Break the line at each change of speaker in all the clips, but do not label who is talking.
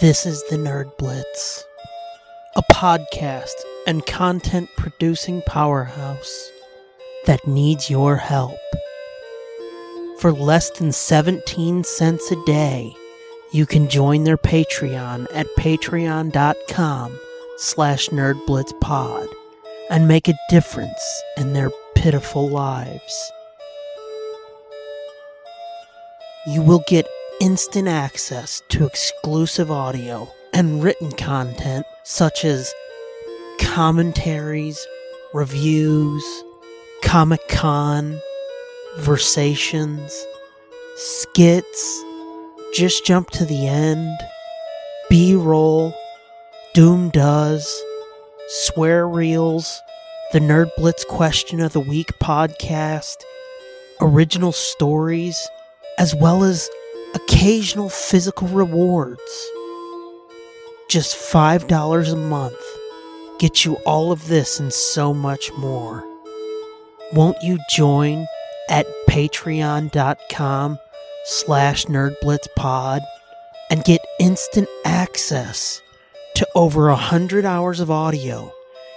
This is the Nerd Blitz, a podcast and content producing powerhouse that needs your help. For less than 17 cents a day, you can join their Patreon at patreon.com slash nerdblitzpod and make a difference in their pitiful lives. You will get instant access to exclusive audio and written content such as commentaries, reviews, Comic Con, versations, skits, just jump to the end, B roll, Doom Does, Swear Reels, the Nerd Blitz Question of the Week podcast, original stories, as well as occasional physical rewards. Just $5 a month gets you all of this and so much more. Won't you join at patreon.com slash nerdblitzpod and get instant access to over a hundred hours of audio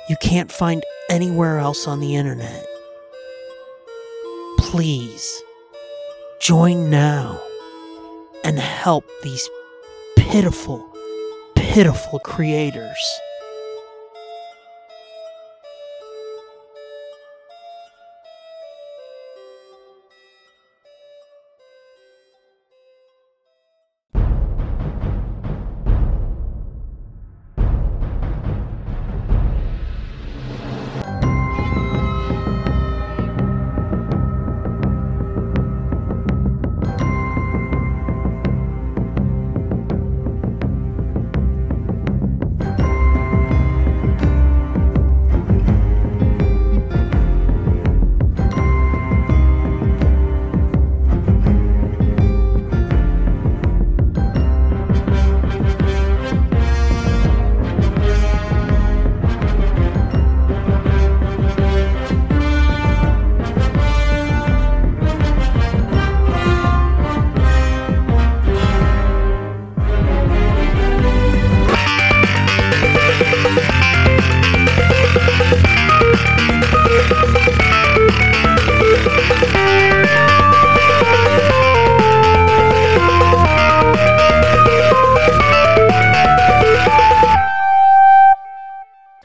you can't find anywhere else on the internet. Please join now and help these pitiful, pitiful creators.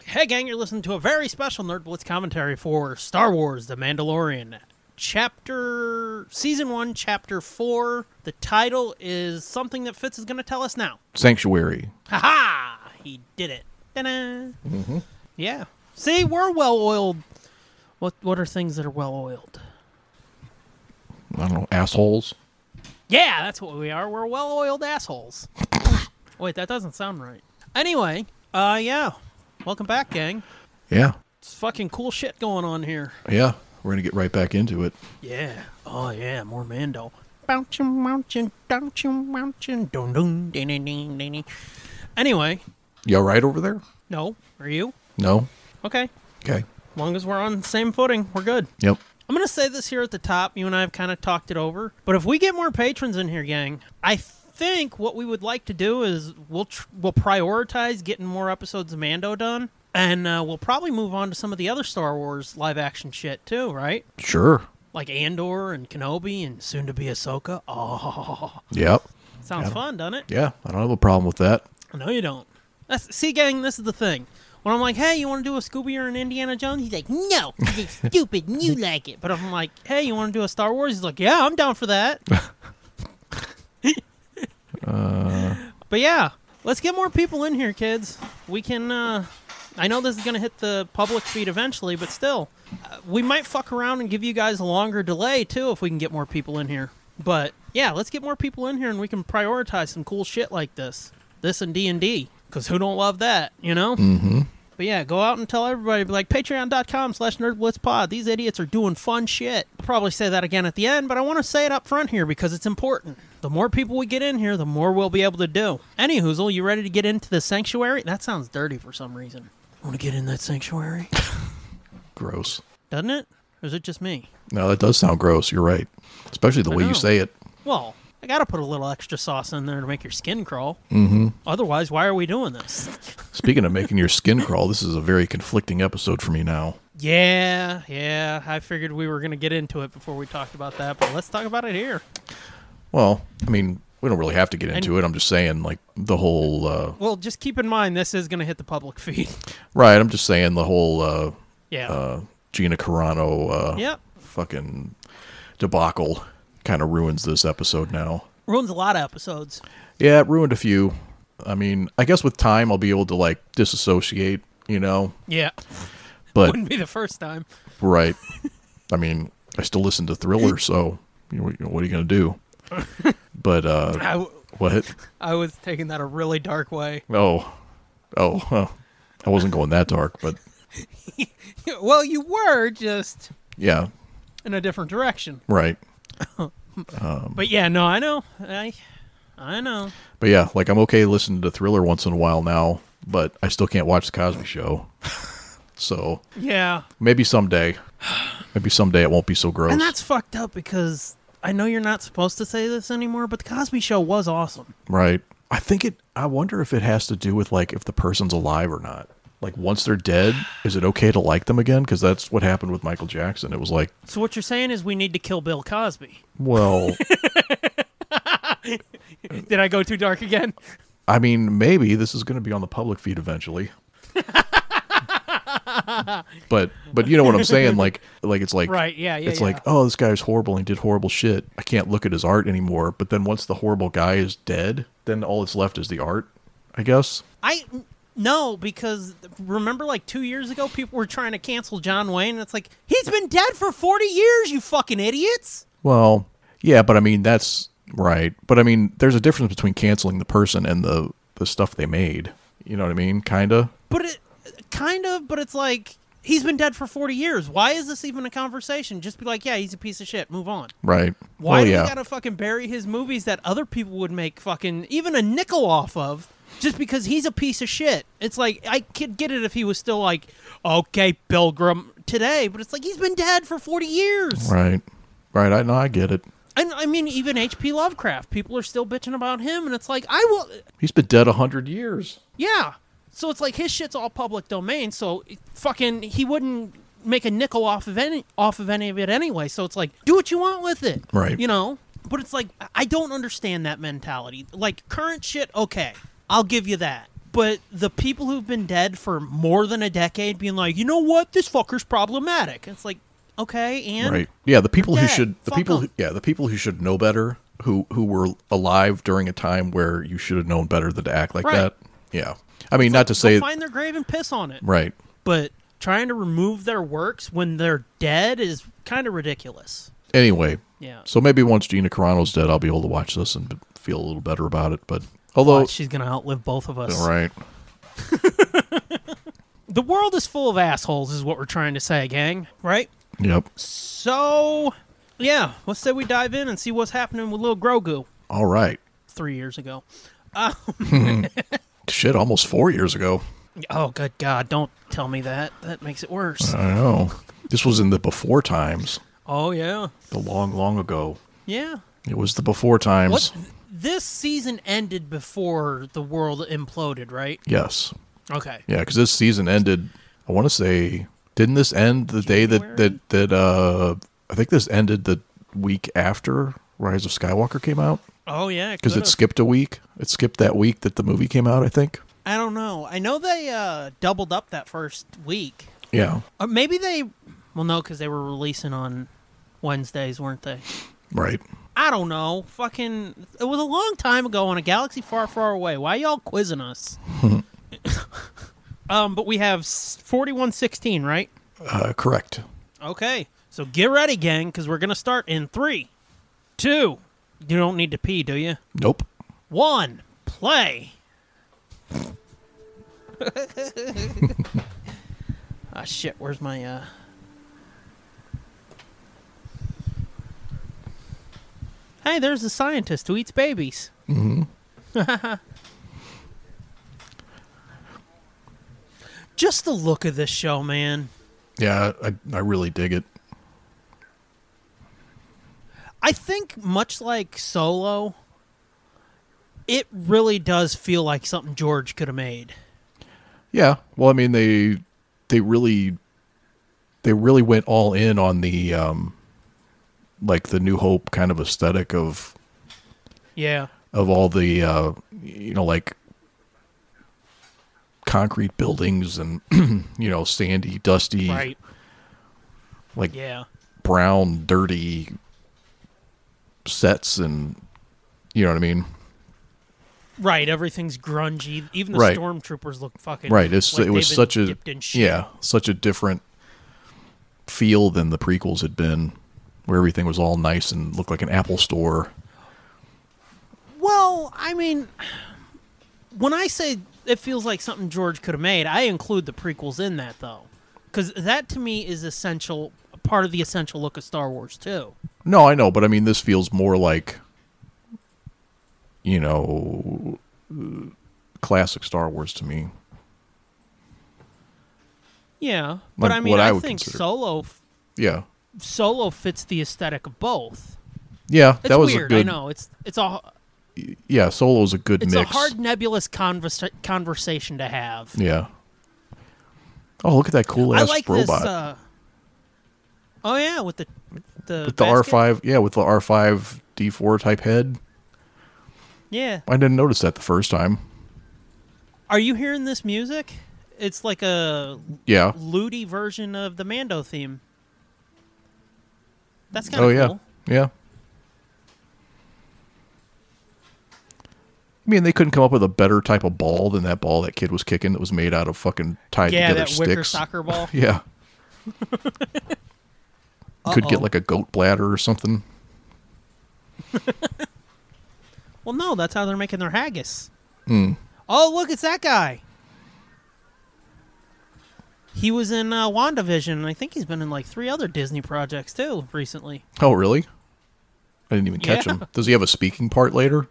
Hey, gang, you're listening to a very special Nerd Blitz commentary for Star Wars The Mandalorian, Chapter. Season 1, Chapter 4. The title is something that Fitz is going to tell us now.
Sanctuary.
Ha ha! He did it. Ta-da. Yeah. See, we're well oiled. What, what are things that are well oiled?
I don't know, assholes.
Yeah, that's what we are. We're well oiled assholes. Wait, that doesn't sound right. Anyway, uh, yeah. Welcome back, gang.
Yeah.
It's fucking cool shit going on here.
Yeah. We're going to get right back into it.
Yeah. Oh, yeah. More Mando. Bouncing, bouncing, bouncing, bouncing. Dun dun, ding, ding, ding, ding, ding. Anyway,
You all right over there?
no. Are you?
No?
Okay.
Okay.
As long as we're on the same footing, we're good.
Yep.
I'm going to say this here at the top. You and I have kind of talked it over. But if we get more patrons in here, gang, I think what we would like to do is we'll tr- we'll prioritize getting more episodes of Mando done. And uh, we'll probably move on to some of the other Star Wars live action shit too, right?
Sure.
Like Andor and Kenobi and soon to be Ahsoka. Oh,
Yep.
sounds
Yeah.
fun, doesn't it?
Yeah. I don't have a problem with that.
No, you don't. That's, see, gang, this is the thing. When I'm like, hey, you want to do a Scooby or an Indiana Jones? He's like, no, 'cause it's stupid and you like it. But I'm like, hey, you want to do a Star Wars? He's like, yeah, I'm down for that. But yeah, let's get more people in here, kids. We can. Uh, I know this is going to hit the public feed eventually, but still, uh, we might fuck around and give you guys a longer delay too if we can get more people in here. But yeah, let's get more people in here and we can prioritize some cool shit like this, this and D and D, because who don't love that, you know? Mm-hmm. But yeah, go out and tell everybody. Be like patreon.com slash nerdblitzpod. These idiots are doing fun shit. I'll probably say that again at the end, but I want to say it up front here because it's important. The more people we get in here, the more we'll be able to do. Any hoozle, you ready to get into the sanctuary? That sounds dirty for some reason. Want to get in that sanctuary?
Gross.
Doesn't it? Or is it just me?
No, that does sound gross. You're right. Especially the way
know.
you say it.
Well,
I gotta put a little extra sauce in there to make your skin crawl.
Mm-hmm.
Otherwise, why are we doing this?
Speaking of making your skin crawl, this is a very conflicting episode for me now.
Yeah, yeah. I figured we were gonna get into it before we talked about that, but let's talk about it here.
Well, I mean, we don't really have to get into it. I'm just saying, like the whole uh,
Well, just keep in mind this is gonna hit the public feed.
right. I'm just saying the whole uh,
yeah.
uh, Gina Carano uh,
yep.
fucking debacle kind of ruins this episode now.
Ruins a lot of episodes.
Yeah, it ruined a few. I mean, I guess with time I'll be able to like disassociate, you know.
Yeah.
But
Wouldn't be the first time.
right, I mean, I still listen to Thriller, so you know, what- what are you gonna do? But uh,
I, w-
what?
I was taking that a really dark way.
Oh, oh, huh. I wasn't going that dark, but
well, you were just
yeah,
in a different direction.
right.
But yeah, no, I know. I I know.
But yeah, like I'm okay listening to Thriller once in a while now, but I still can't watch the Cosby Show. so
Yeah.
maybe someday, maybe someday it won't be so gross.
And that's fucked up because I know you're not supposed to say this anymore, but the Cosby show was awesome.
Right. I think it. I wonder if it has to do with like if the person's alive or not. Like once they're dead, is it okay to like them again? Because that's what happened with Michael Jackson. It was like,
So what you're saying is we need to kill Bill Cosby.
well,
Did I go too dark again?
I mean, maybe this is going to be on the public feed eventually. but but you know what I'm saying? Like like it's like
Right, yeah, yeah,
It's
yeah.
like oh this guy's horrible. and He did horrible shit. I can't look at his art anymore. But then once the horrible guy is dead, then all that's left is the art. I guess.
I no, because remember like 2 years ago people were trying to cancel John Wayne and it's like he's been dead for 40 years, you fucking idiots.
Well, yeah, but I mean that's right. But I mean, there's a difference between canceling the person and the the stuff they made. You know what I mean? Kinda.
But it kind of, but it's like he's been dead for 40 years. Why is this even a conversation? Just be like, yeah, he's a piece of shit. Move on.
Right.
Why
well,
do
Oh, yeah.
we gotta fucking bury his movies that other people would make fucking even a nickel off of just because he's a piece of shit? It's like I could get it if he was still like, okay, Pilgrim today, but it's like he's been dead for forty years.
Right. Right. I no, I get it.
And I mean, even H.P. Lovecraft, people are still bitching about him, and it's like I will,
He's been dead a hundred years.
yeah. So it's like his shit's all public domain, so fucking he wouldn't make a nickel off of any off of any of it anyway. So it's like do what you want with it.
Right.
you know but it's like I- i don't understand that mentality like current shit okay i'll give you that but the people who've been dead for more than a decade being like you know what this fucker's problematic it's like okay and
Right. Yeah, the people who
dead.
should the
Fuck
people
'em.
who, yeah, the people who should know better, who who were alive during a time where you should have known better than to act like
Right.
that. Yeah. I mean, not to
go
say
find their grave and piss on it
right.
but trying to remove their works when they're dead is kind of ridiculous
Anyway,
yeah
so maybe once Gina Carano's dead, I'll be able to watch this and b- feel a little better about it. But although,
she's gonna outlive both of us
all right,
the world is full of assholes is what we're trying to say gang right
Yep.
So, yeah, let's say we dive in and see what's happening with little Grogu
All right.
three years ago.
Shit, almost four years ago.
Oh, good God, don't tell me that. That makes it worse.
I know. This was in the before times.
Oh, yeah.
The long, long ago.
Yeah.
It was the before times.
What? This season ended before the world imploded, right?
Yes.
Okay.
Yeah, because this season ended. I want to say, didn't this end the day that
January?
that that uh? I think this ended the week after Rise of Skywalker came out
Oh, yeah.
because it
could've.
skipped a week. It skipped that week that the movie came out. I think.
I don't know. I know they uh, doubled up that first week.
Yeah.
Or maybe they. Well, no, because they were releasing on Wednesdays, weren't they?
Right.
I don't know. Fucking, it was a long time ago on a galaxy far, far away. Why y'all quizzing us? um, but we have s- forty-one sixteen, right?
Uh, correct.
Okay, so get ready, gang, because we're gonna start in three, two. You don't need to pee, do you?
Nope.
One, play. ah, shit. Where's my uh? Hey, there's the scientist who eats babies. Mm-hmm. Just the look of this show, man.
Yeah, I I really dig it.
I think much like Solo, it really does feel like something George could have made.
Yeah. Well, I mean they they really they really went all in on the um like the New Hope kind of aesthetic of
Yeah.
of all the uh you know like concrete buildings and you know sandy, dusty,
Right.
like
Yeah.
brown, dirty sets and you know what I mean?
Right. Everything's grungy. Even the
Right.
stormtroopers look fucking
Right. It's
like
it was
they've been
such a
dipped in shit.
yeah, such a different feel than the prequels had been, where everything was all nice and looked like an Apple store.
Well, I mean, when I say it feels like something George could have made, I include the prequels in that though, because that to me is essential, part of the essential look of Star Wars too.
No, I know, but I mean this feels more like you know uh, classic Star Wars to me.
Yeah, but
Like,
I mean,
what
I,
I would
think
consider-
Solo
Yeah.
Solo fits the aesthetic of both.
Yeah,
It's
that was
weird.
a good
I know it's it's a
Yeah, Solo's a good
it's
mix.
a hard nebulous conversa- conversation to have.
Yeah. Oh, look at that cool
I
ass
like
robot.
this. Uh, oh yeah, with the the
with the
basket?
R5, yeah, with the R5 D4 type head.
Yeah,
I didn't notice that the first time.
are you hearing this music? It's like a
Yeah.
looty version of the Mando theme. That's kind
Oh
of
yeah.
cool.
Yeah. I mean, they couldn't come up with a better type of ball than that ball that kid was kicking that was made out of fucking tied
Yeah,
together
that
sticks.
wicker soccer ball.
Yeah. Could get
Uh-oh.
like a goat bladder or something.
Well, no, that's how they're making their haggis.
Hmm.
Oh, look, it's that guy. He was in uh, WandaVision, and I think he's been in like three other Disney projects too recently.
Oh, really? I didn't even catch
Yeah.
him. Does he have a speaking part later?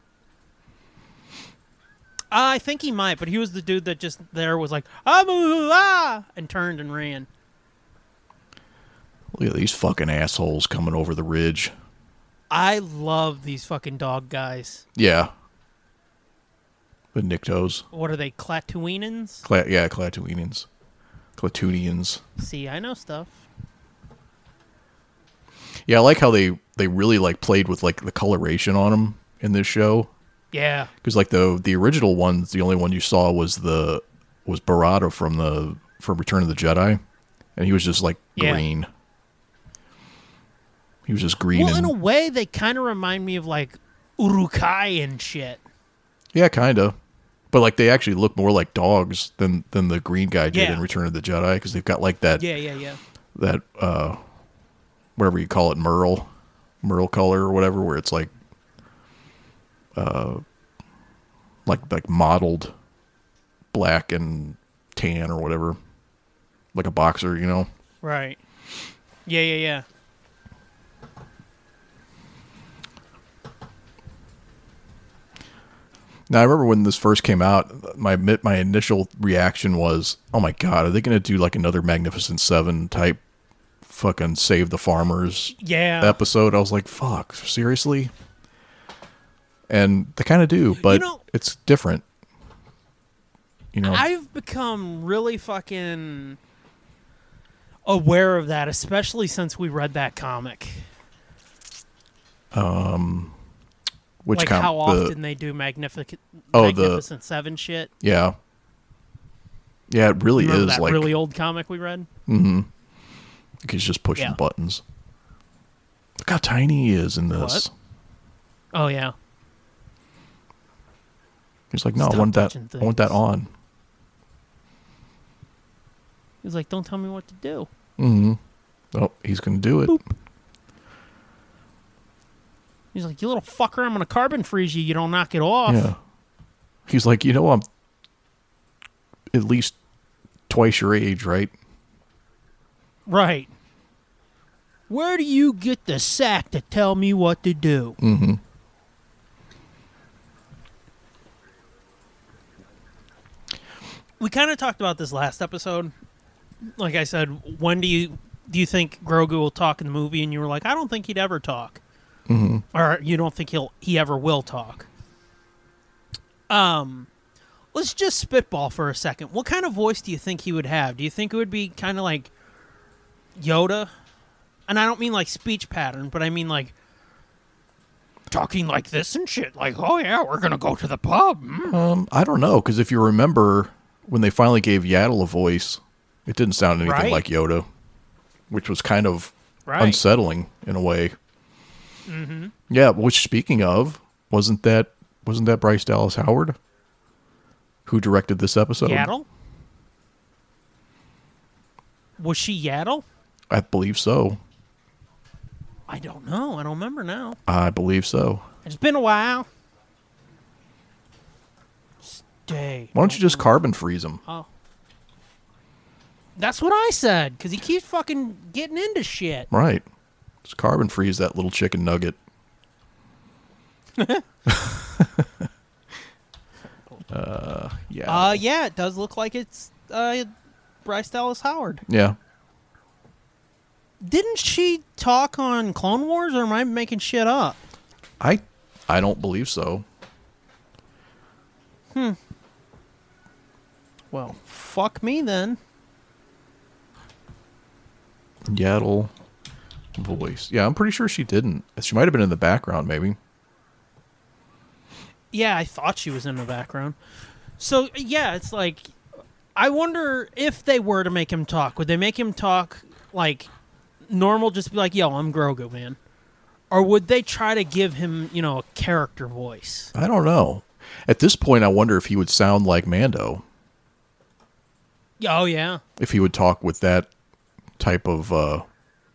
Uh, I think he might, but he was the dude that just there was like, ah, boo, ah, and turned and ran.
Look at these fucking assholes coming over the ridge.
I love these fucking dog guys.
Yeah. The Nyctos.
What are they, Clatuinans?
Cla- yeah, Clatuinians. Clatunians.
See, I know stuff.
Yeah, I like how they they really like played with like the coloration on them in this show
Yeah,
because like the the original ones, the only one you saw was the was Barada from the from Return of the Jedi, and he was just like
Yeah.
green. He was just green.
Well, in
and,
a way, they kind of remind me of like Urukai and shit.
yeah, kind of. But like they actually look more like dogs than than the green guy did
Yeah.
in Return of the Jedi because they've got like that
Yeah, yeah, yeah.
that uh whatever you call it merle merle color or whatever where it's like uh like like mottled black and tan or whatever like a boxer you know
Right. Yeah, yeah, yeah.
now i remember when this first came out my mi- my initial reaction was oh my god are they going to do like another magnificent seven type fucking save the farmers
Yeah.
episode, I was like, "Fuck, seriously." And they kind of do, but
know-
it's different. You know,
I've become really fucking aware of that, especially since we read that comic.
which
like
com-
how
the-
often they do magnificent,
Oh, the-
magnificent seven shit.
yeah, yeah, it really
Remember
is
that
like mm-hmm.
really old comic we read?
he's just pushing
Yeah.
buttons. Look how tiny he is in this.
What? Oh yeah.
He's like, no,
Stop
I want that.
touching
I want that
things."
on.
He was like, "Don't tell me what to do."
Oh, he's gonna do it.
He's like, "You little fucker! I'm gonna carbon freeze you. You don't knock it off."
Yeah, he's like, you know, I'm at least twice your age, right?
Right. Where do you get the sack to tell me what to do? We kind of talked about this last episode. Like I said, when do you do you think Grogu will talk in the movie? And you were like, I don't think he'd ever talk. or you don't think he'll he ever will talk. Um, let's just spitball for a second. What kind of voice do you think he would have? Do you think it would be kind of like Yoda? And I don't mean like speech pattern, but I mean like talking like this and shit. Like, oh yeah, we're gonna go to the pub. mm."
Um, I don't know because if you remember when they finally gave Yaddle a voice, it didn't sound anything
Right.
like Yoda, which was kind of
Right.
unsettling in a way. Mm-hmm. Yeah. Which, speaking of, wasn't that wasn't that Bryce Dallas Howard who directed this episode?
Yaddle? Was she Yaddle?
I believe so.
I don't know. I don't remember now.
I believe so.
It's been a while. Stay.
Why don't you just carbon freeze him?
Oh. That's what I said, because he keeps fucking getting into shit.
Right. Just carbon freeze that little chicken nugget. uh, yeah.
Uh, yeah, it does look like it's uh, Bryce Dallas Howard.
yeah.
Didn't she talk on Clone Wars, or am I making shit up?
I I don't believe so.
Well, fuck me then.
Yaddle voice. Yeah, I'm pretty sure she didn't. She might have been in the background, maybe.
Yeah, I thought she was in the background. So yeah, it's like I wonder if they were to make him talk, would they make him talk like normal just be like, "Yo, I'm Grogu, man." Or would they try to give him, you know, a character voice?
I don't know. At this point, I wonder if he would sound like Mando
Yeah, Oh yeah.
if he would talk with that type of uh,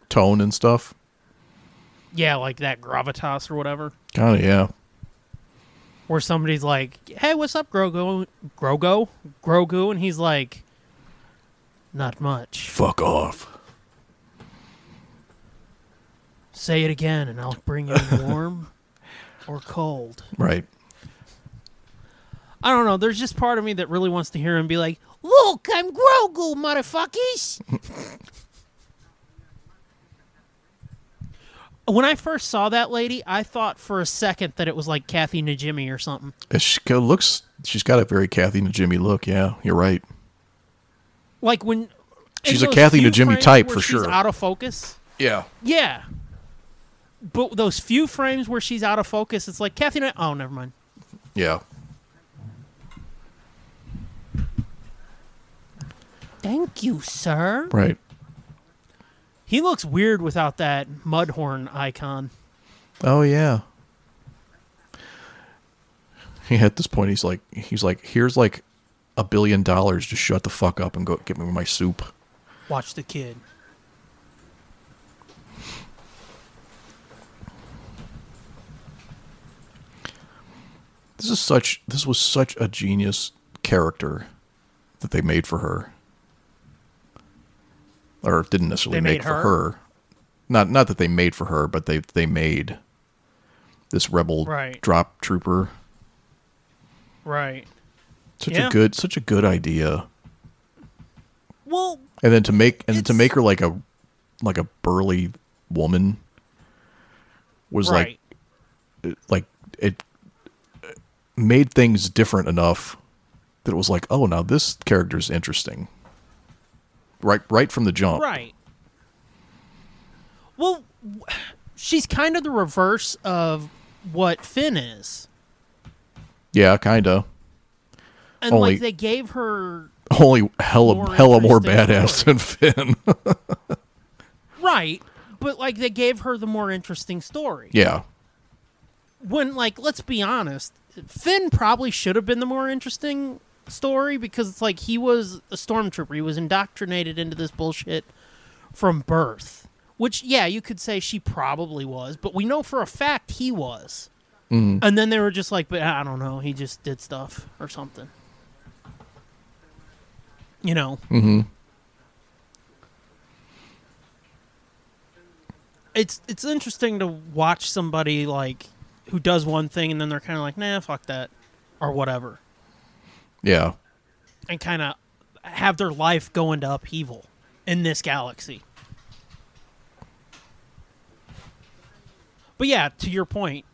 tone and stuff.
Yeah, like that gravitas or whatever.
Kind of, yeah.
Where somebody's like, "Hey, what's up, Grogu? Grogu? Grogu?" and he's like, "Not much.
Fuck off.
Say it again and I'll bring you warm or cold."
Right.
I don't know. There's just part of me that really wants to hear him be like, "Look, I'm Grogu, motherfuckers." when I first saw that lady, I thought for a second that it was like Kathy Najimy or something.
Uh, She kinda looks. She's got a very Kathy and Jimmy look. Yeah, you're right.
Like when in
She's a
those
Kathy
few
Najimy
frames
type
where
for
she's
sure.
Out of focus.
Yeah.
Yeah. But those few frames where she's out of focus, it's like Kathy. Na- oh, never mind.
Yeah.
Thank you, sir.
Right.
He looks weird without that mudhorn icon.
Oh yeah. Yeah, at this point he's like he's like, here's like a billion dollars, just shut the fuck up and go get me my soup.
Watch the kid.
This is such this was such a genius character that they made for her. Or didn't necessarily
They
make
made
for
her?
her. Not not that they made for her, but they they made this rebel
Right.
drop trooper.
Right.
Such
Yeah.
a good such a good idea.
Well,
and then to make and to
It's-
make her like a like a burly woman was
right.
like like it made things different enough that it was like oh now this character's interesting right right from the jump
Right. Well, w- she's kind of the reverse of what Finn is.
yeah kinda
And
Only-
like they gave her
only hella
More
hella more
interesting
badass
story.
than Finn
right, but like they gave her the more interesting story.
yeah
When like let's be honest, Finn probably should have been the more interesting story because it's like he was a stormtrooper. He was indoctrinated into this bullshit from birth. Which yeah, you could say she probably was, but we know for a fact he was. And then they were just like, but I don't know, he just did stuff or something. You know. Mm-hmm. It's it's interesting to watch somebody like who does one thing and then they're kind of like, nah, fuck that, or whatever,
yeah
and kind of have their life go into upheaval in this galaxy. But yeah, to your point,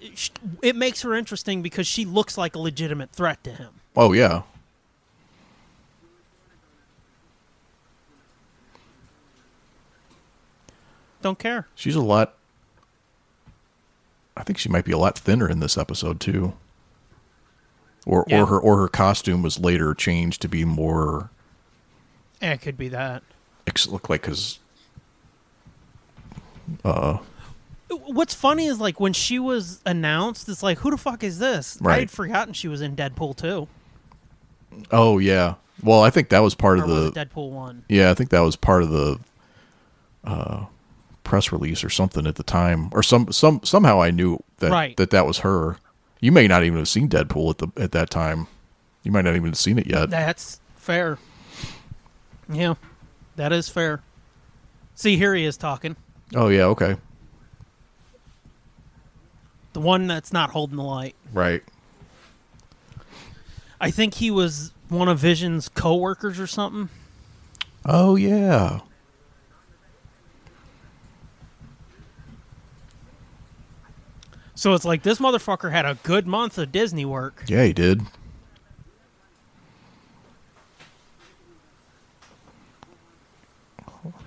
it, sh- it makes her interesting because she looks like a legitimate threat to him.
Oh yeah.
Don't care.
She's a lot. I think she might be a lot thinner in this episode too. Or
Yeah.
or her or her costume was later changed to be more
Yeah, it could be that.
ex- look like because
What's funny is like when she was announced, it's like, who the fuck is this? I
Right.
had forgotten she was in Deadpool two,
oh yeah. Well, I think that was part
or
of
was
the
it Deadpool one?
yeah. I think that was part of the uh, press release or something at the time or some some somehow I knew that
Right.
that that was her. You may not even have seen Deadpool at the at that time. You might not even have seen it yet.
That's fair. Yeah, that is fair. See, here he is talking.
Oh yeah. Okay.
The one that's not holding the light.
Right.
I think he was one of Vision's coworkers or something.
Oh yeah.
So it's like this motherfucker had a good month of Disney work.
Yeah, he did.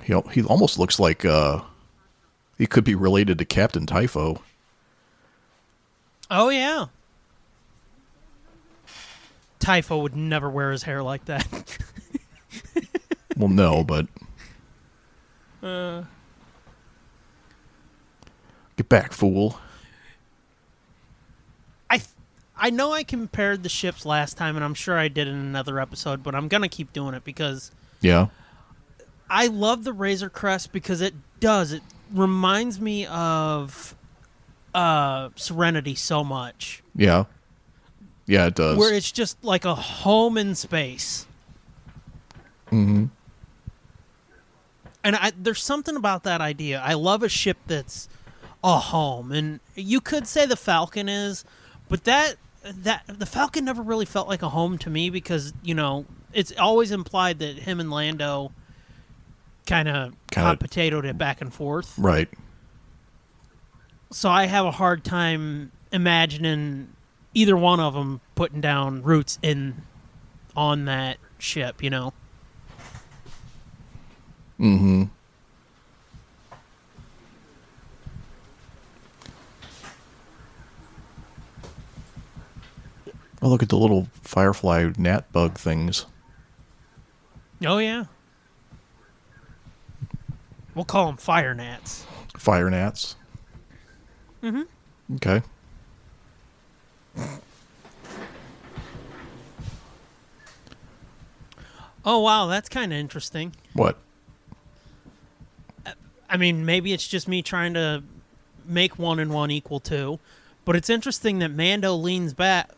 He al- he almost looks like uh, he could be related to Captain Typho.
Oh yeah. Typho would never wear his hair like that.
Well, no, but get back, fool.
I th- I know I compared the ships last time and I'm sure I did in another episode, but I'm going to keep doing it because
Yeah,
I love the Razor Crest because it does. It reminds me of uh, Serenity so much,
yeah, yeah. It does.
where it's just like a home in space.
Mm-hmm.
And I, there's something about that idea. I love a ship that's a home, and you could say the Falcon is, but that that the Falcon never really felt like a home to me because you know it's always implied that him and Lando kind of
Kinda-
hot potatoed it back and forth.
right.
So I have a hard time imagining either one of them putting down roots in on that ship. You know.
Oh, look at the little firefly gnat bug things.
Oh yeah. We'll call them fire gnats.
Fire gnats. Mm-hmm. Okay.
Oh wow, that's kind of interesting.
What?
I mean, maybe it's just me trying to make one and one equal two, but it's interesting that Mando leans back.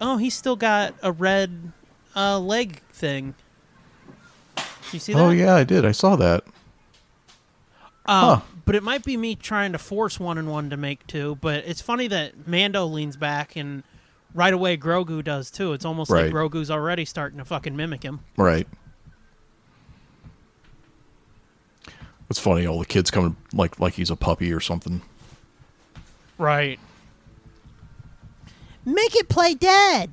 Oh, he's still got a red uh, leg thing. You see that?
Oh yeah, I did. I saw that.
Uh,
Huh.
Um, But it might be me trying to force one and one to make two. But it's funny that Mando leans back and right away Grogu does too. It's almost
Right.
like Grogu's already starting to fucking mimic him.
Right. It's funny, all the kids coming like like he's a puppy or something.
Right. Make it play dead.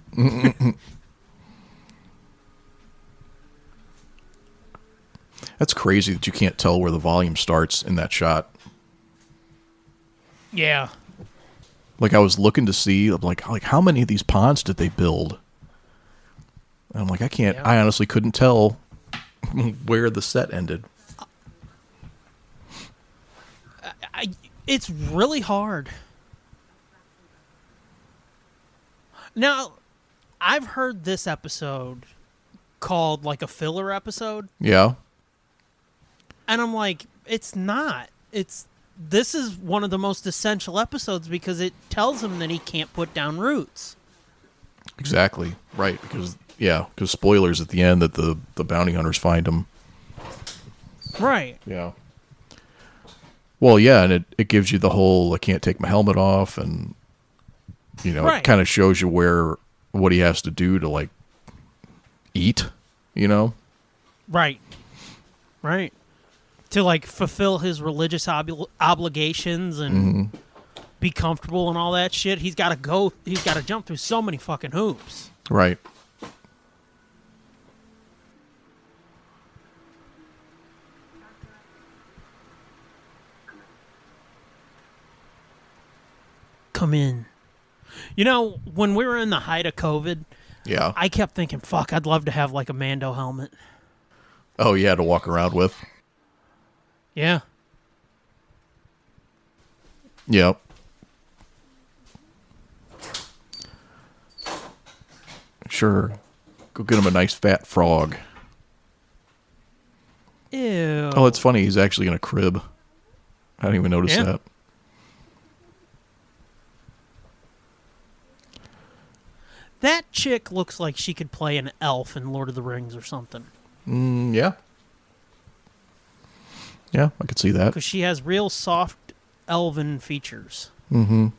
That's crazy that you can't tell where the volume starts in that shot.
Yeah.
Like I was looking to see, I'm like, like how many of these ponds did they build? And I'm like, I can't.
Yeah.
I honestly couldn't tell where the set ended.
I, it's really hard. Now, I've heard this episode called like a filler episode,
Yeah,
and I'm like, it's not. It's this is one of the most essential episodes because it tells him that he can't put down roots.
exactly. Right, because yeah, because spoilers at the end that the the bounty hunters find him.
Right.
Yeah. Well, yeah, and it, it gives you the whole I can't take my helmet off and you know,
Right.
it kind of shows you where what he has to do to like eat, you know?
Right. Right. To like fulfill his religious obli obligations and be comfortable and all that shit, he's got to go. He's got to jump through so many fucking hoops.
Right.
Come in. You know, when we were in the height of COVID,
Yeah.
I kept thinking, "Fuck, I'd love to have like a Mando helmet."
oh, yeah, to walk around with.
Yeah,
Yep. Sure. Go get him a nice fat frog.
Ew.
Oh, it's funny. He's actually in a crib. I didn't even notice
Yeah.
that.
that chick looks like she could play an elf in Lord of the Rings or something
Mm, yeah. Yeah, I could see that.
because she has real soft elven features.
Mm-hmm.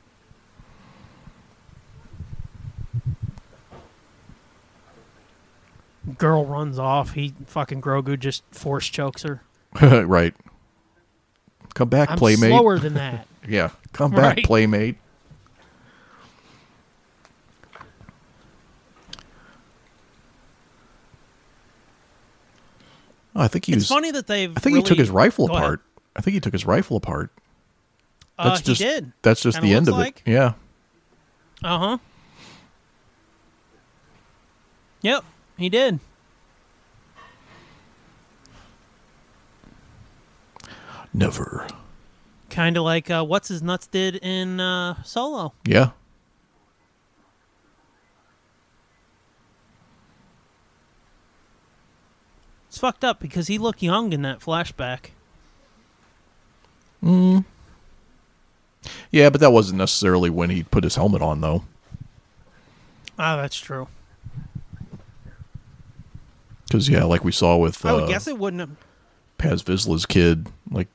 Girl runs off. He fucking Grogu just force chokes her.
right. Come back,
I'm
playmate.
slower than that.
Yeah. Come back,
Right.
playmate. Oh, I think he
It's
was-
funny that they've.
I think he took his rifle apart. I think he took his rifle apart. That's
That's uh,
just
he did.
that's just
Kinda
the end of
looks like.
it. Yeah.
Uh huh. Yep, he did.
Never.
Kind of like uh, what's his nuts did in uh, Solo.
Yeah.
It's fucked up because he looked young in that flashback.
Yeah, but that wasn't necessarily when he put his helmet on though.
Ah, that's true.
Cuz yeah, like we saw with
I
uh,
would guess it wouldn't have.
Paz Vizsla's kid, like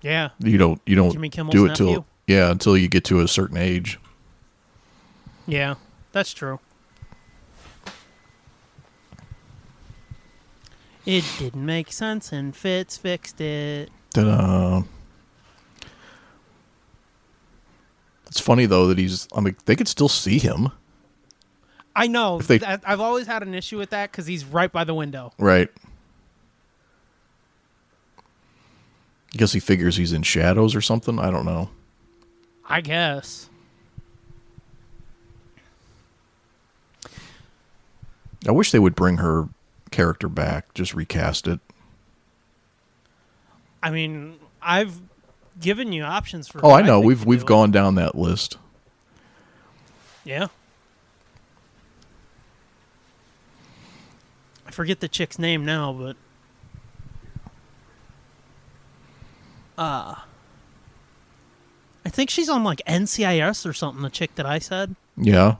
Yeah,
you don't you don't
Jimmy Kimmel's
do it till
nephew?
yeah, until you get to a certain age.
yeah, that's true. It didn't make sense, and Fitz fixed it.
Ta-da. It's funny though that he's I mean they could still see him.
I know.
If they-
that, I've always had an issue with that because he's right by the window.
Right. I guess he figures he's in shadows or something. I don't know.
I guess.
I wish they would bring her character back, just recast it.
I mean, I've given you options for.
Oh, I
what
know.
think
We've
to
we've
do.
gone down that list.
Yeah. I forget the chick's name now, but. Uh, I think she's on like NCIS or something, the chick that I said.
Yeah.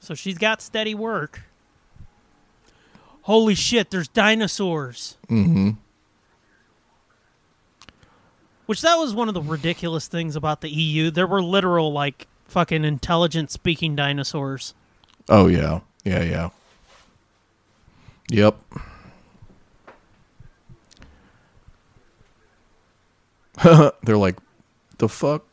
So she's got steady work. Holy shit, there's dinosaurs.
Mm-hmm.
Which that was one of the ridiculous things about the EU. There were literal like fucking intelligent speaking dinosaurs.
Oh yeah. Yeah, yeah. Yep. They're like, the fuck?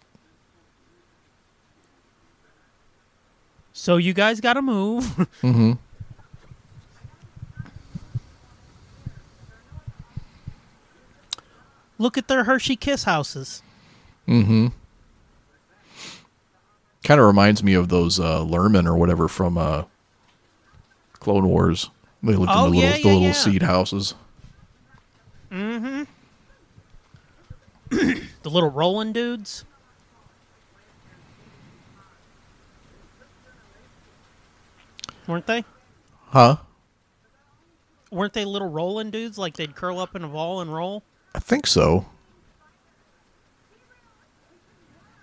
So you guys got to move.
Mm-hmm.
Look at their Hershey Kiss houses.
Mm-hmm. Kind of reminds me of those uh, Lerman or whatever from uh, Clone Wars. They lived
Oh,
in the
yeah,
little, the
yeah,
little
yeah.
seed houses.
The little Roland dudes. Weren't they?
Huh?
Weren't they little Roland dudes? Like they'd curl up in a ball and roll?
I think so.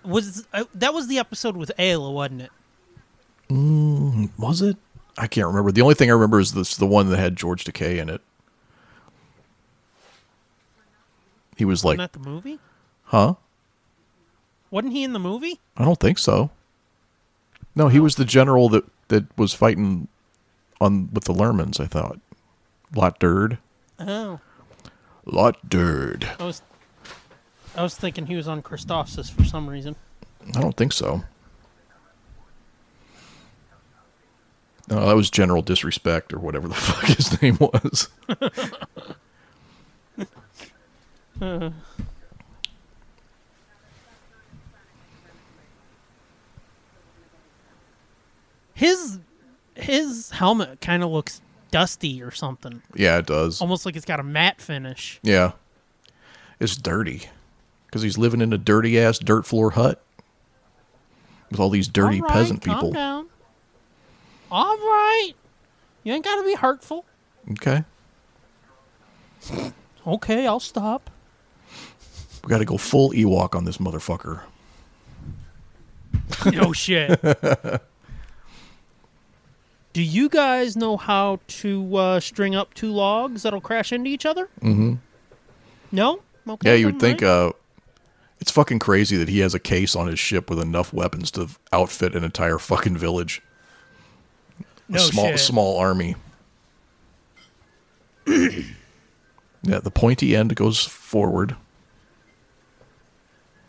Was uh, That was the episode with Ayla, wasn't it?
Was it? I can't remember. The only thing I remember is this the one that had George Takei in it. He was
Wasn't
like,
that the movie?
huh?
Wasn't he in the movie?
I don't think so. No, he was the general that, that was fighting on with the Lermans, I thought. Lot Dird.
Oh.
Lot Dird.
I was I was thinking he was on Christophsis for some reason.
I don't think so. No, that was General Disrespect or whatever the fuck his name was.
His his helmet kind of looks dusty or something,
yeah, it does.
almost like it's got a matte finish.
Yeah. It's dirty. Because he's living in a dirty ass dirt floor hut with all these dirty
All right,
peasant
calm
people.
down. All right, you ain't got to be hurtful.
Okay.
Okay, I'll stop.
We got to go full Ewok on this motherfucker.
no shit. Do you guys know how to uh, string up two logs that'll crash into each other? Mm-hmm. No. Okay,
Yeah, you would
never
think
mind.
uh, it's fucking crazy that he has a case on his ship with enough weapons to outfit an entire fucking village. A
no
small,
shit.
small army. yeah, the pointy end goes forward.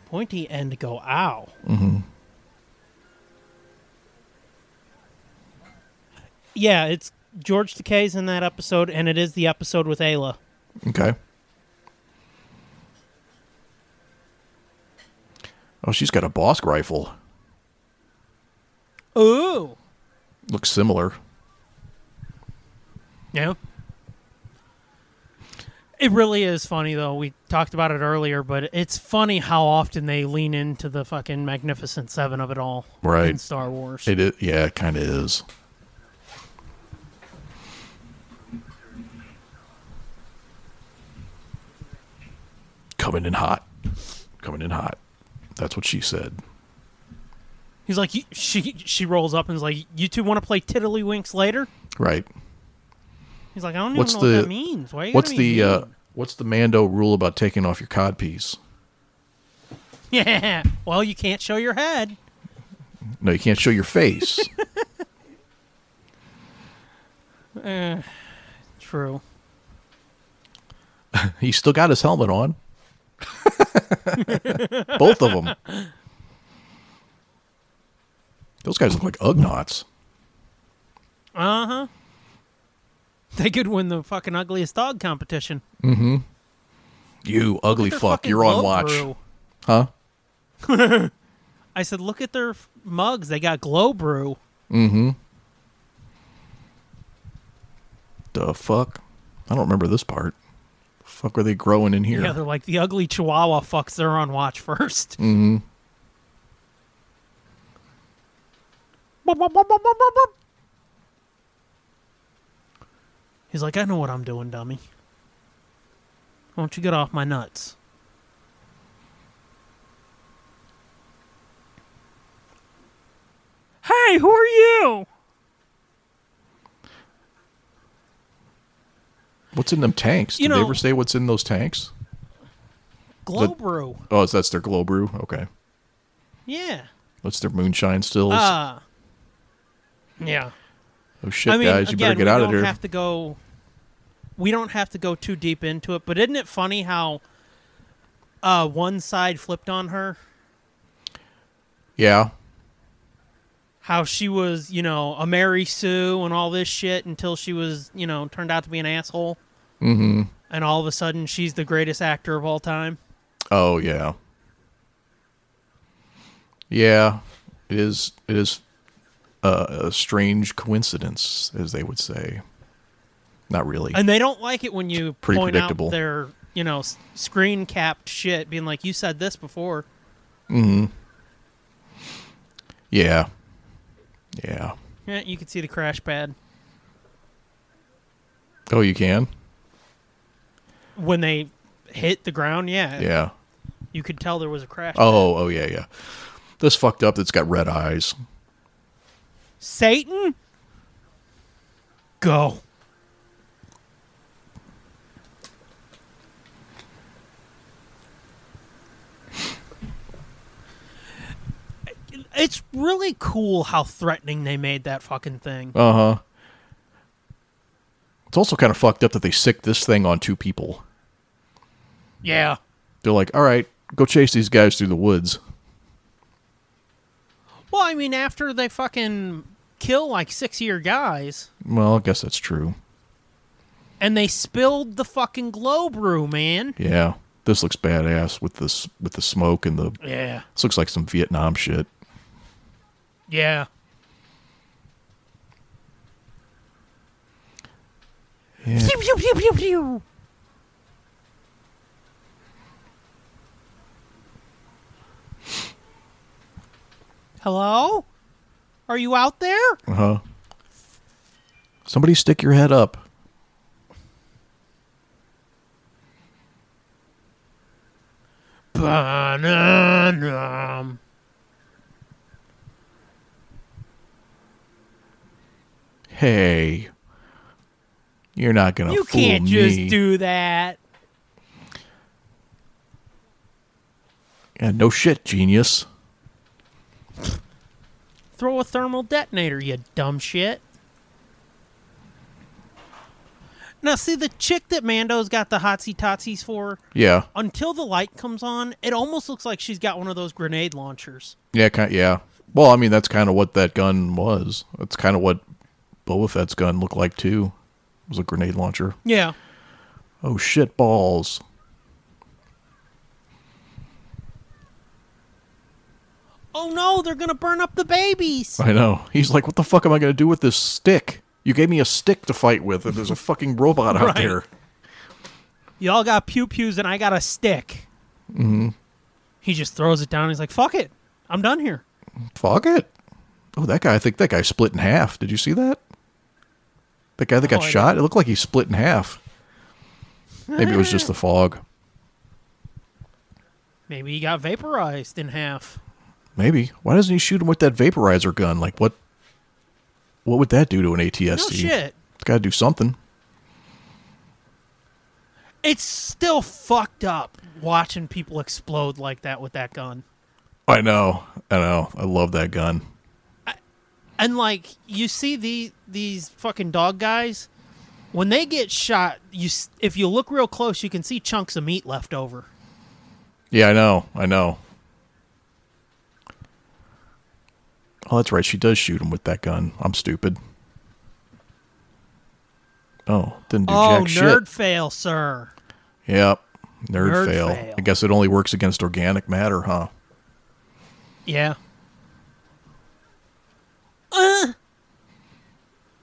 pointy end go ow.
Mm-hmm.
Yeah, it's George Takei's in that episode, and it is the episode with Ayla.
Okay. Oh, she's got a Bosk rifle.
Ooh.
Looks similar.
Yeah. It really is funny though. We talked about it earlier, but it's funny how often they lean into the fucking Magnificent Seven of it all
Right.
in Star Wars.
It is, yeah, it kind of is. Coming in hot. Coming in hot. That's what she said.
He's like, "You- she she rolls up and is like, "You two want to play Tiddlywinks later?"
Right.
He's like, "I don't
What's
even know what
the-
that means." Why? Are you
What's
gotta be
the uh,
mean?"
what's the Mando rule about taking off your codpiece?
yeah? Well, you can't show your head.
No, you can't show your face.
True.
He's still got his helmet on. Both of them. Those guys look like Ugnaughts.
Uh huh. They could win the fucking ugliest dog competition.
You ugly
Their
fuck,
fucking
you're on
glow
watch.
brew.
Huh?
I said, look at their f- mugs. They got glow brew.
The fuck? I don't remember this part. Fuck are they growing in here?
Yeah, they're like the ugly chihuahua fucks they're on watch first. Mm-hmm. He's like, I know what I'm doing, dummy. Why don't you get off my nuts? Hey, who are you?
what's in them tanks? Did
You
they
know-
ever say what's in those tanks?
Glow brew.
Oh, is that's their glow brew? Okay.
Yeah.
That's their moonshine stills.
Uh, yeah.
oh shit,
I mean,
guys, you
again,
better get
we
out
don't
of here.
Have to go. We don't have to go too deep into it, but isn't it funny how uh, one side flipped on her?
yeah.
How she was, you know, a Mary Sue and all this shit until she was, you know, turned out to be an asshole. Mm-hmm. And all of a sudden, she's the greatest actor of all time.
Oh yeah. Yeah, it is. It is uh, a strange coincidence, as they would say. Not really.
And they don't like it when you
Pretty
point
predictable.
out their, you know, s- screen capped shit, being like, "You said this before."
yeah. Yeah.
Yeah, you could see the crash pad
Oh, you can.
when they hit the ground. Yeah,
Yeah.
you could tell there was a crash.
Oh. Oh yeah. Yeah. This fucked up. That's got red eyes.
Satan, go. It's really cool how threatening they made that fucking thing.
Uh huh. It's also kind of fucked up that they sick this thing on two people.
yeah.
They're like, all right, go chase these guys through the woods.
Well, I mean, after they fucking kill like six of your guys,
Well, I guess that's true.
and they spilled the fucking glow brew, man.
Yeah, this looks badass with this with the smoke and the.
Yeah,
This looks like some Vietnam shit.
yeah.
Yeah.
Pew, pew, pew, pew, pew. Hello? Are you out there?
Uh huh. Somebody stick your head up.
Banana.
Hey, you're not gonna.
You
fool
can't
me.
just do that.
Yeah, no shit, genius.
Throw a thermal detonator, you dumb shit. Now, see, the chick that Mando's got the hotsy totsies for,
Yeah,
until the light comes on, it almost looks like she's got one of those grenade launchers.
yeah, kind yeah. Well, I mean, that's kind of what that gun was. That's kind of what Boba Fett's gun looked like too. It was a grenade launcher.
Yeah.
Oh shit, balls.
Oh no, they're gonna burn up the babies.
I know. He's like, what the fuck am I gonna do with this stick? You gave me a stick to fight with, and there's a fucking robot out
Right.
there.
Y'all got pew pews and I got a stick. Mm-hmm. He just throws it down. He's like, "Fuck it, I'm done here."
Fuck it. Oh, that guy. I think that guy split in half. Did you see that? The guy that got
Oh, I
shot. It looked like he split in half. Maybe it was just the fog.
Maybe he got vaporized in half.
Maybe. Why doesn't he shoot him with that vaporizer gun? Like what? What would that do to an ATSD?
No shit.
It's got to do something.
It's still fucked up watching people explode like that with that gun.
I know. I know. I love that gun.
And like you see the these fucking dog guys when they get shot, you s- if you look real close, you can see chunks of meat left over.
Yeah, I know. I know. Oh, that's right. She does shoot him with that gun. I'm stupid. Oh, didn't do
Oh,
jack
nerd
shit.
fail, sir.
Yep. Nerd,
Nerd
fail.
fail.
I guess it only works against organic matter, huh?
Yeah. Uh,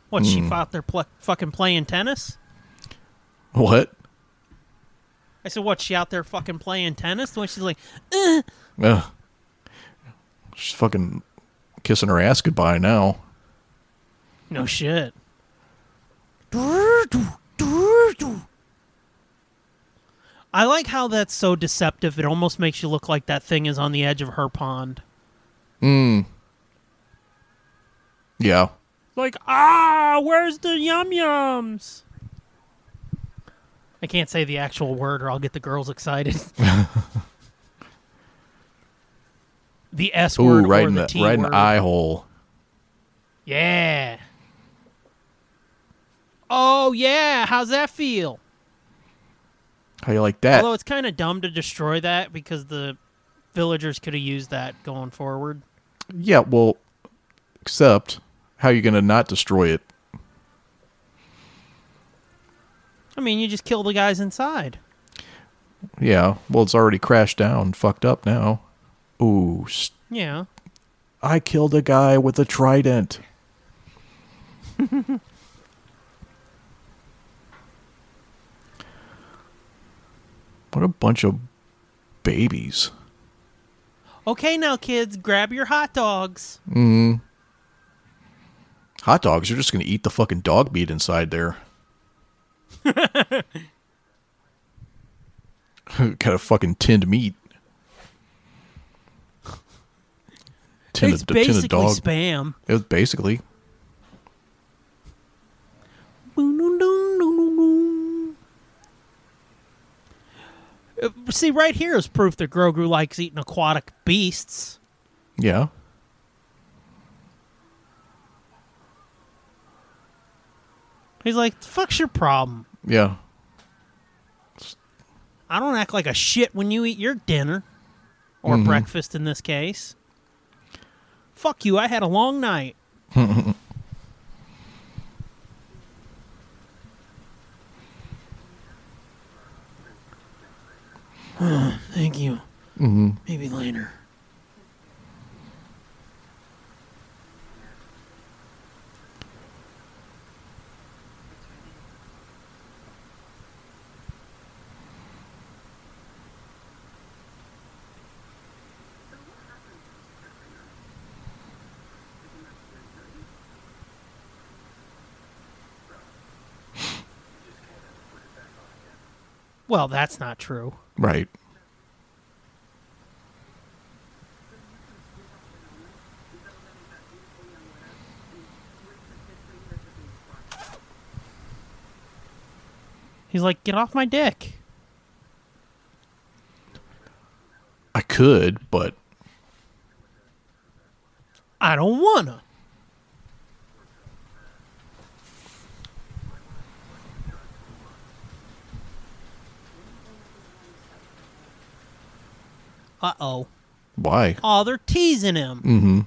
what she out there pl- fucking playing tennis?
What?
I said, what she out there fucking playing tennis? When she's like,
Ugh. She's fucking kissing her ass goodbye now.
no shit. I like how that's so deceptive. It almost makes you look like that thing is on the edge of her pond.
Yeah.
Like, ah, where's the yum yums? I can't say the actual word or I'll get the girls excited. the S
Ooh,
word
right
or
in
the,
the,
T
right in
word.
the eye hole.
Yeah. Oh yeah, how's that feel?
How you like that?
Although it's kind of dumb to destroy that because the villagers could have used that going forward.
Yeah, well, except how you going to not destroy it?
I mean, you just kill the guys inside.
Yeah, well, it's already crashed down, fucked up now. Ooh, s
Yeah.
I I killed a guy with a trident. what a bunch of babies.
Okay, now kids, grab your hot dogs.
Hot dogs, you're just going to eat the fucking dog meat inside there. kind of fucking tinned meat. Tinned,
it's
a- tinned a
basically
dog.
spam.
it was basically.
Uh, See, right here is proof that Grogu likes eating aquatic beasts.
Yeah.
He's like, "The fuck's your problem?
Yeah.
I don't act like a shit when you eat your dinner. or breakfast in this case. Fuck you, I had a long night. Thank you. Maybe later. Well, that's not true.
Right.
He's like, get off my dick.
I could, but
I don't wanna. Uh oh.
why?
Oh, they're teasing him.
Mm-hmm.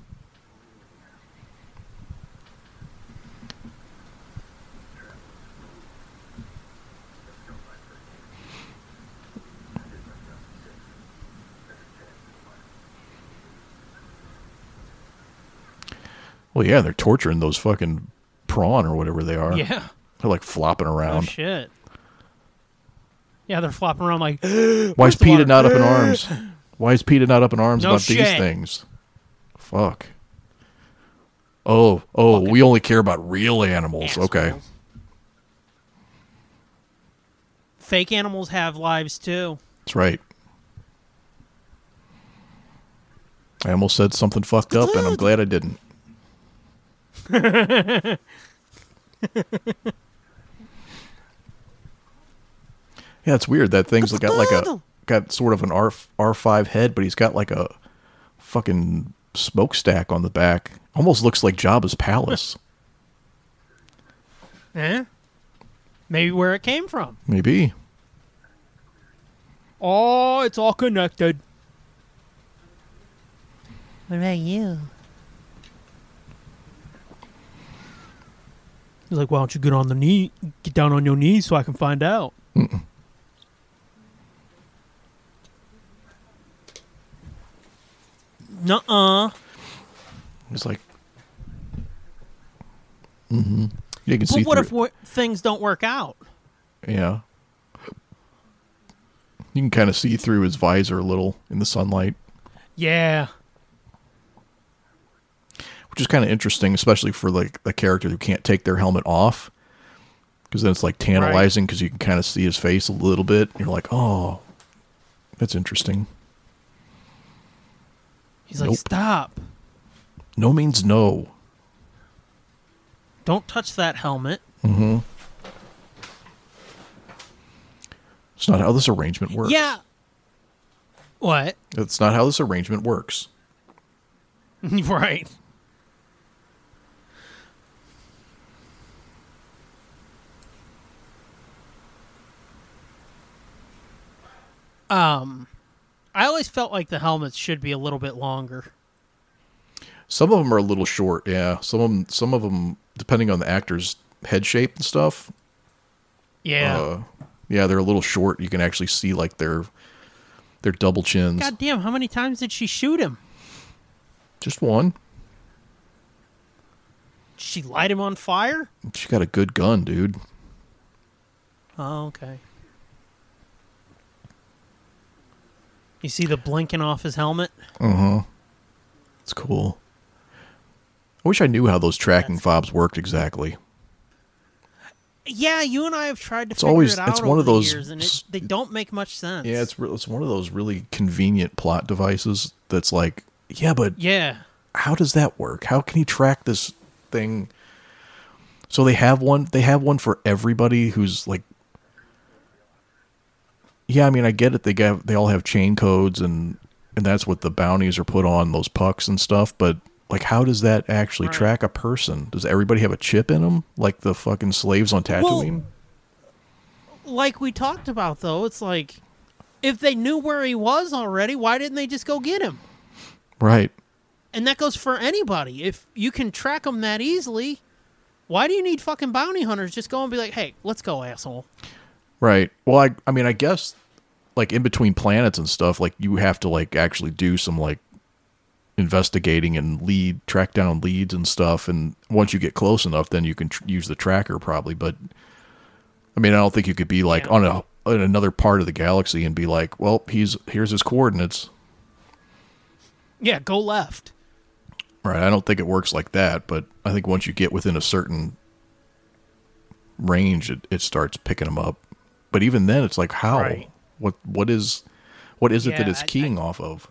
Well, yeah, they're torturing those fucking prawn or whatever they are.
Yeah.
They're like flopping
Oh
around.
shit. Yeah, they're flopping around like
Why is
Where's the
PETA
water?
not up in arms? Why is PETA not up in arms
uh, No
about these
shit.
things? Fuck. Oh, oh, we only care about real animals. Okay.
assholes. Fake animals have lives too.
That's right. I almost said something fucked up, and I'm glad I didn't. yeah, it's weird. That thing's got like a got sort of an R R five head, but he's got like a fucking smokestack on the back. Almost looks like Jabba's palace.
Eh? Maybe where it came from.
Maybe.
Oh, it's all connected.
What about you?
He's like, why don't you get on the knee, get down on your knees so I can find out? Nuh-uh.
It's like. Mm-hmm. You can see
But what
through
if wo- things don't work out?
Yeah. You can kind of see through his visor a little in the sunlight,
Yeah.
which is kind of interesting, especially for like a character who can't take their helmet off. Because then it's like tantalizing because you can kind of see his face a little bit. You're like, oh, that's interesting.
He's like,
Nope.
stop.
No means no.
Don't touch that helmet.
It's not how this arrangement works.
Yeah. What?
That's not how this arrangement works.
right. Um, I always felt like the helmets should be a little bit longer.
Some of them are a little short. Yeah. Some of them, some of them, depending on the actor's head shape and stuff,
Yeah.
Uh, yeah, they're a little short. You can actually see like their their double chins.
God damn, how many times did she shoot him?
Just one.
Did she light him on fire?
She got a good gun, dude.
Oh, okay. You see the blinking off his helmet?
It's cool. I wish I knew how those tracking fobs worked exactly.
Yeah, you and I have tried to
It's
figure
always-
it out
it's
over
one of
the
those
years, and
s-
it, they don't make much sense.
Yeah, it's re- it's one of those really convenient plot devices that's like, yeah, but
yeah.
how does that work? How can he track this thing? So they have one. They have one for everybody who's like. Yeah, I mean, I get it. They have they all have chain codes and and that's what the bounties are put on those pucks and stuff. But like, how does that actually
Right.
track a person? Does everybody have a chip in them, like the fucking slaves on Tatooine?
Like we talked about, though, it's like If they knew where he was already, why didn't they just go get him?
Right.
And that goes for anybody. If you can track them that easily, why do you need fucking bounty hunters? Just go and be like, hey, let's go, asshole.
Right. Well, I I mean, I guess like in between planets and stuff, like you have to like actually do some like investigating and lead track down leads and stuff and once you get close enough then you can tr- use the tracker probably but I mean, I don't think you could be like
Yeah.
on a on another part of the galaxy and be like, "Well, he's here's his coordinates."
Yeah, go left.
Right. I don't think it works like that, but I think once you get within a certain range, it, it starts picking them up. But even then, it's like how
Right.
what what is what is it that
Yeah,
it's
I- I-
keying off of?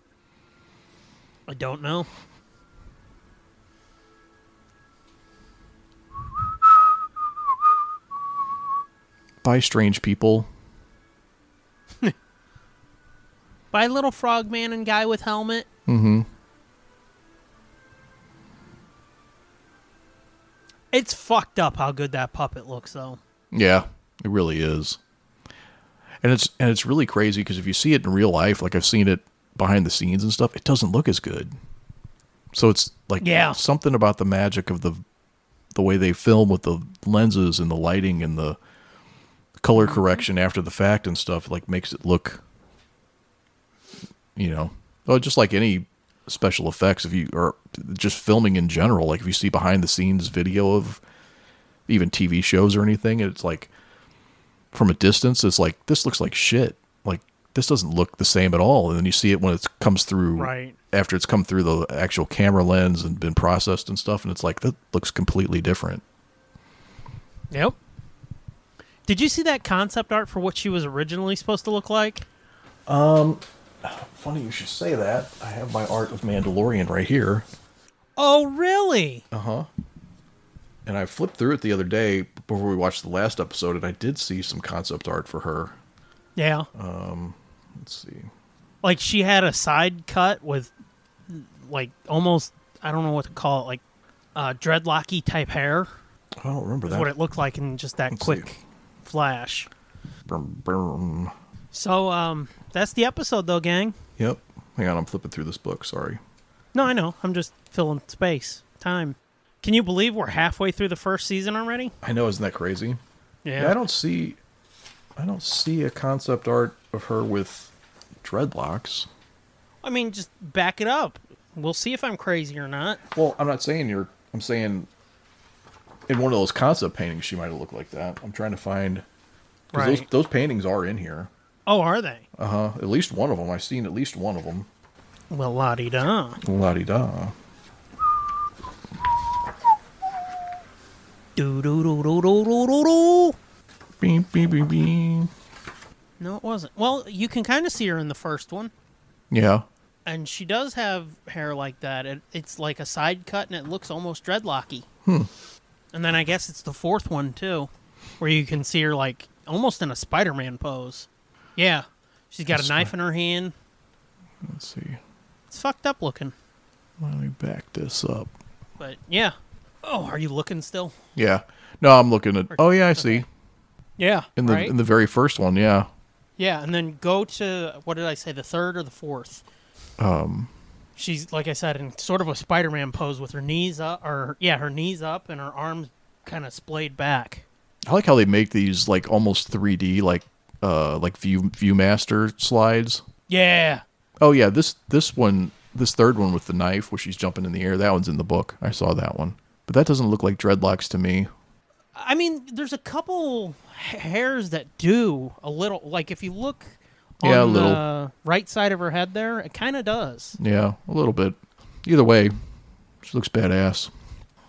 I don't know.
By strange people.
By little frog man and guy with helmet.
Mm-hmm.
It's fucked up how good that puppet looks, though.
Yeah, it really is. And it's and it's really crazy because if you see it in real life, like I've seen it behind the scenes and stuff, it doesn't look as good. So it's like
Yeah.
something about the magic of the the way they film with the lenses and the lighting and the color correction after the fact and stuff like makes it look you know oh just like any special effects if you or just filming in general like if you see behind the scenes video of even TV shows or anything. And it's like from a distance, it's like this looks like shit. Like this doesn't look the same at all. And then you see it when it comes through
Right.
after it's come through the actual camera lens and been processed and stuff. And it's like that looks completely different.
Yep. Did you see that concept art for what she was originally supposed to look like?
Funny you should say that. I have my art of Mandalorian right here.
Oh, really?
And I flipped through it the other day before we watched the last episode, and I did see some concept art for her.
Yeah.
Oh. Let's see.
like she had a side cut with like almost I don't know what to call it, like uh dreadlocky type hair.
I don't remember
Is
that.
what it looked like in just that
Let's
quick
see.
flash.
Brum, brum.
So um that's the episode though, gang.
Yep. Hang on, I'm flipping through this book. Sorry.
No, I know. I'm just filling space, time. Can you believe we're halfway through the first season already?
I know, isn't that crazy?
Yeah.
Yeah. I don't see, I don't see a concept art of her with dreadlocks.
I mean, just back it up. We'll see if I'm crazy or not.
Well, I'm not saying you're. I'm saying in one of those concept paintings, she might have looked like that. I'm trying to find because those
Right.
those paintings are in here.
Oh, are they?
Uh huh. At least one of them. I've seen at least one of them.
Well, la di da.
La di da.
Do do do do do do do do.
Beep beep beep beep.
No, it wasn't. Well, you can kind of see her in the first one.
Yeah.
and she does have hair like that. It, it's like a side cut, and it looks almost dreadlocky. And then I guess it's the fourth one too, where you can see her like almost in a Spider-Man pose. Yeah, she's got a
That's
knife in her hand.
Let's see.
It's fucked up looking,
Let me back this up.
but yeah. Oh, are you looking still?
Yeah. No, I'm looking at. Oh yeah, I see.
Yeah,
In the
right.
in the very first one, yeah.
yeah, and then go to what did I say? The third or the fourth? Um, she's like I said in sort of a Spider-Man pose with her knees up, or yeah, her knees up and her arms kind of splayed back.
I like how they make these like almost 3D like uh like view viewmaster slides.
Yeah,
Oh yeah, this this one this third one with the knife where she's jumping in the air, that one's in the book. I saw that one. But that doesn't look like dreadlocks to me.
I mean, there's a couple hairs that do a little. Like if you look on
Yeah, a
the
little.
right side of her head there, it kind of does.
Yeah, a little bit. Either way, she looks badass.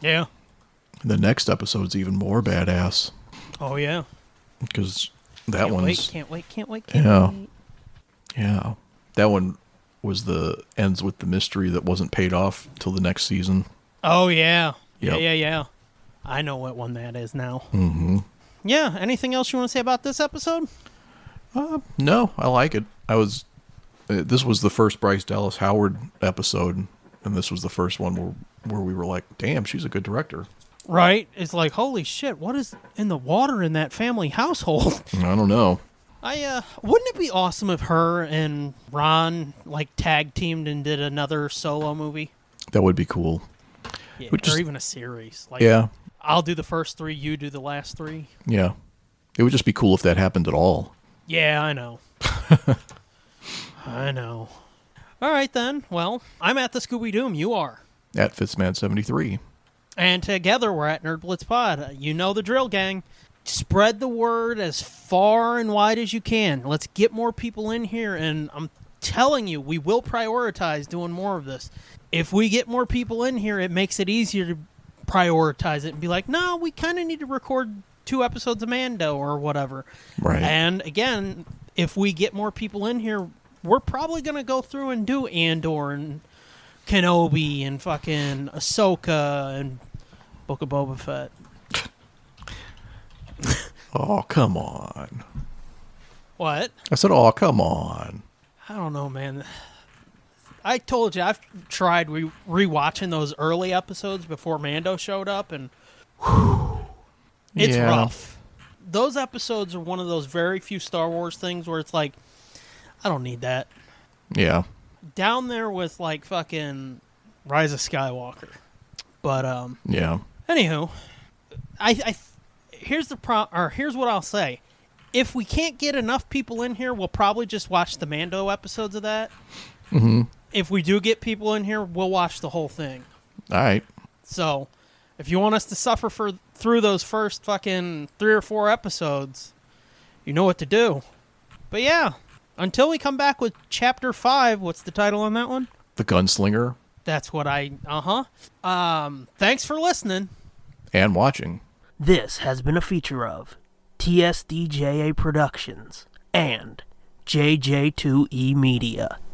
Yeah.
And the next episode's even more badass
Oh yeah.
because that
Can't wait!
one's
Can't wait! Can't wait! Can't
yeah.
wait.
Yeah. That one was the ends with the mystery that wasn't paid off till the next season.
Oh yeah. Yeah
Yep.
yeah yeah. I know what one that is now. Mm-hmm. Yeah. Anything else you want to say about this episode?
No, I like it. I was. Uh, this was the first Bryce Dallas Howard episode, and this was the first one where where we were like, "Damn, she's a good director."
Right. It's like holy shit! What is in the water in that family household?
I don't know.
I uh, wouldn't it be awesome if her and Ron like tag teamed and did another solo movie,
That would be cool.
yeah,
Would just-
or even a series? Like,
Yeah.
I'll do the first three, you do the last three.
Yeah. It would just be cool if that happened at all.
Yeah, I know. I know. All right then. Well, I'm at the Scooby Doom. You are.
At Fitzman73.
And together we're at Nerd Blitz Pod. Uh, You know the drill, gang. Spread the word as far and wide as you can. Let's get more people in here. And I'm telling you, we will prioritize doing more of this. If we get more people in here, it makes it easier to prioritize it and be like, no, we kind of need to record two episodes of Mando or whatever.
Right.
And again, if we get more people in here, we're probably going to go through and do Andor and Kenobi and fucking Ahsoka and Book of Boba Fett.
oh, come on.
What?
I said, oh, come on.
I don't know, man. I told you I've tried re- rewatching those early episodes before Mando showed up, and it's
Yeah.
rough. Those episodes are one of those very few Star Wars things where it's like, I don't need that.
Yeah.
Down there with like fucking Rise of Skywalker, but um,
Yeah.
Anywho, I, I th- here's the pro or here's what I'll say. If we can't get enough people in here, we'll probably just watch the Mando episodes of that. Mm-hmm. If we do get people in here, we'll watch the whole thing.
All right.
So, if you want us to suffer for through those first fucking three or four episodes, you know what to do. But yeah, until we come back with chapter five, what's the title on that one?
The gunslinger
That's what I uh huh. Um, thanks for listening.
and watching.
This has been a feature of TSDJA Productions and JJ2E E Media.